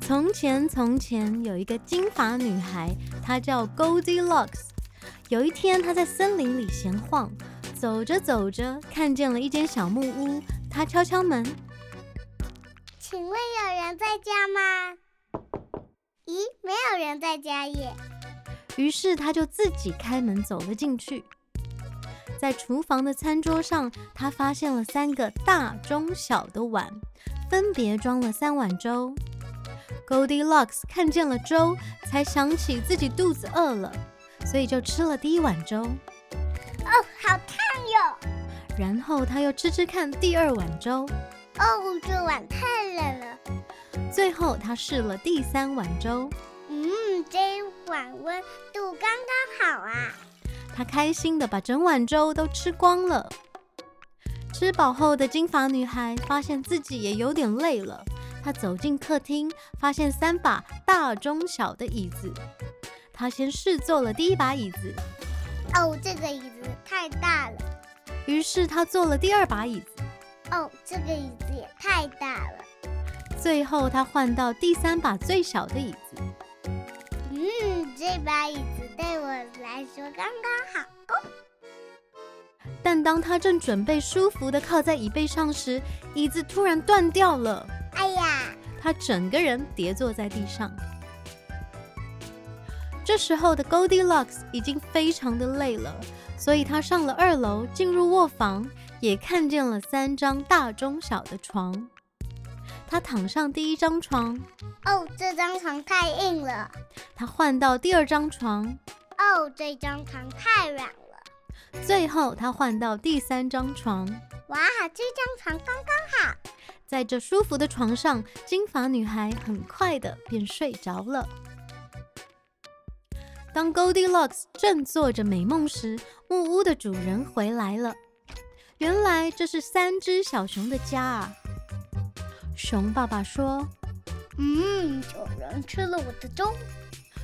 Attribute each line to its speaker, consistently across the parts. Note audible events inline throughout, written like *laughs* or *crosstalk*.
Speaker 1: 从前，从前有一个金发女孩，她叫 Goldilocks。有一天，她在森林里闲晃，走着走着，看见了一间小木屋。她敲敲门，
Speaker 2: 请问有人在家吗？咦，没有人在家耶。
Speaker 1: 于是她就自己开门走了进去。在厨房的餐桌上，她发现了三个大、中、小的碗，分别装了三碗粥。Goldilocks 看见了粥，才想起自己肚子饿了，所以就吃了第一碗粥。
Speaker 2: 哦，好烫哟！
Speaker 1: 然后他又吃吃看第二碗粥，
Speaker 2: 哦，这碗太冷了。
Speaker 1: 最后他试了第三碗粥，
Speaker 2: 嗯，这一碗温度刚刚好啊。
Speaker 1: 他开心的把整碗粥都吃光了。吃饱后的金发女孩发现自己也有点累了，她走进客厅，发现三把大、中、小的椅子。她先试坐了第一把椅子，
Speaker 2: 哦，这个椅子太大了。
Speaker 1: 于是她坐了第二把椅子，
Speaker 2: 哦，这个椅子也太大了。
Speaker 1: 最后她换到第三把最小的椅子。
Speaker 2: 嗯，这把椅子对我来说刚刚好。
Speaker 1: 但当她正准备舒服的靠在椅背上时，椅子突然断掉了。
Speaker 2: 哎呀，
Speaker 1: 他整个人跌坐在地上。这时候的 Goldilocks 已经非常的累了，所以他上了二楼，进入卧房，也看见了三张大、中、小的床。他躺上第一张床，
Speaker 2: 哦，这张床太硬了。
Speaker 1: 他换到第二张床，
Speaker 2: 哦，这张床太软了。
Speaker 1: 最后他换到第三张床。
Speaker 2: 哇，这张床刚刚
Speaker 1: 在这舒服的床上，金发女孩很快的便睡着了。当 Goldilocks 正做着美梦时，木屋的主人回来了。原来这是三只小熊的家啊！熊爸爸说，
Speaker 2: 嗯，有人吃了我的粥。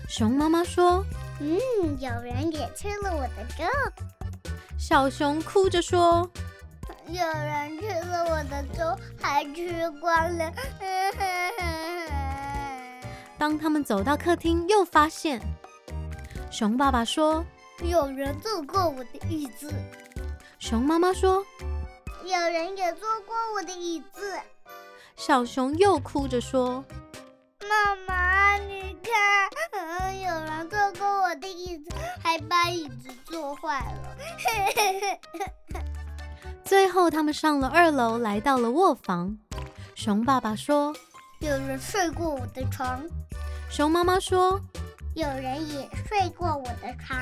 Speaker 1: 熊妈妈说，
Speaker 2: 嗯，有人也吃了我的粥。
Speaker 1: 小熊哭着说。
Speaker 2: 有人吃了我的粥，还吃光了。 *laughs*
Speaker 1: 当他们走到客厅，又发现，熊爸爸说，
Speaker 2: 有人坐过我的椅子，
Speaker 1: 熊妈妈说，
Speaker 2: 有人也坐过我的椅子。
Speaker 1: 小熊又哭着说。
Speaker 2: 妈妈，你看，嗯，有人坐过我的椅子，还把椅子坐坏了。 *laughs*
Speaker 1: 最后，他们上了二楼，来到了卧房。熊爸爸说
Speaker 2: 有人睡过我的床，：“
Speaker 1: 熊妈妈说。
Speaker 2: 有人也睡过我的床，”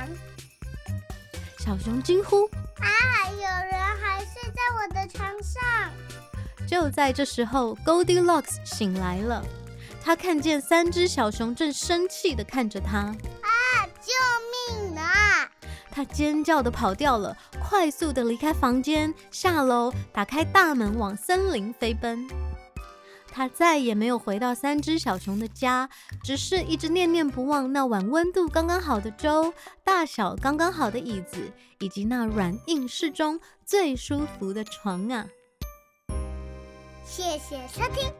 Speaker 1: 小熊惊呼。
Speaker 2: 还啊有人还睡在我的床上。
Speaker 1: 就在这时候，Goldilocks 醒来了。他看见三只小熊正生气地看着他，
Speaker 2: 救命啊！
Speaker 1: 他尖叫地跑掉了，快速地离开房间，下楼，打开大门，往森林飞奔。他再也没有回到三只小熊的家，只是一直念念不忘那碗温度刚刚好的粥、大小刚刚好的椅子，以及那软硬适中、最舒服的床啊！
Speaker 2: 谢谢收听，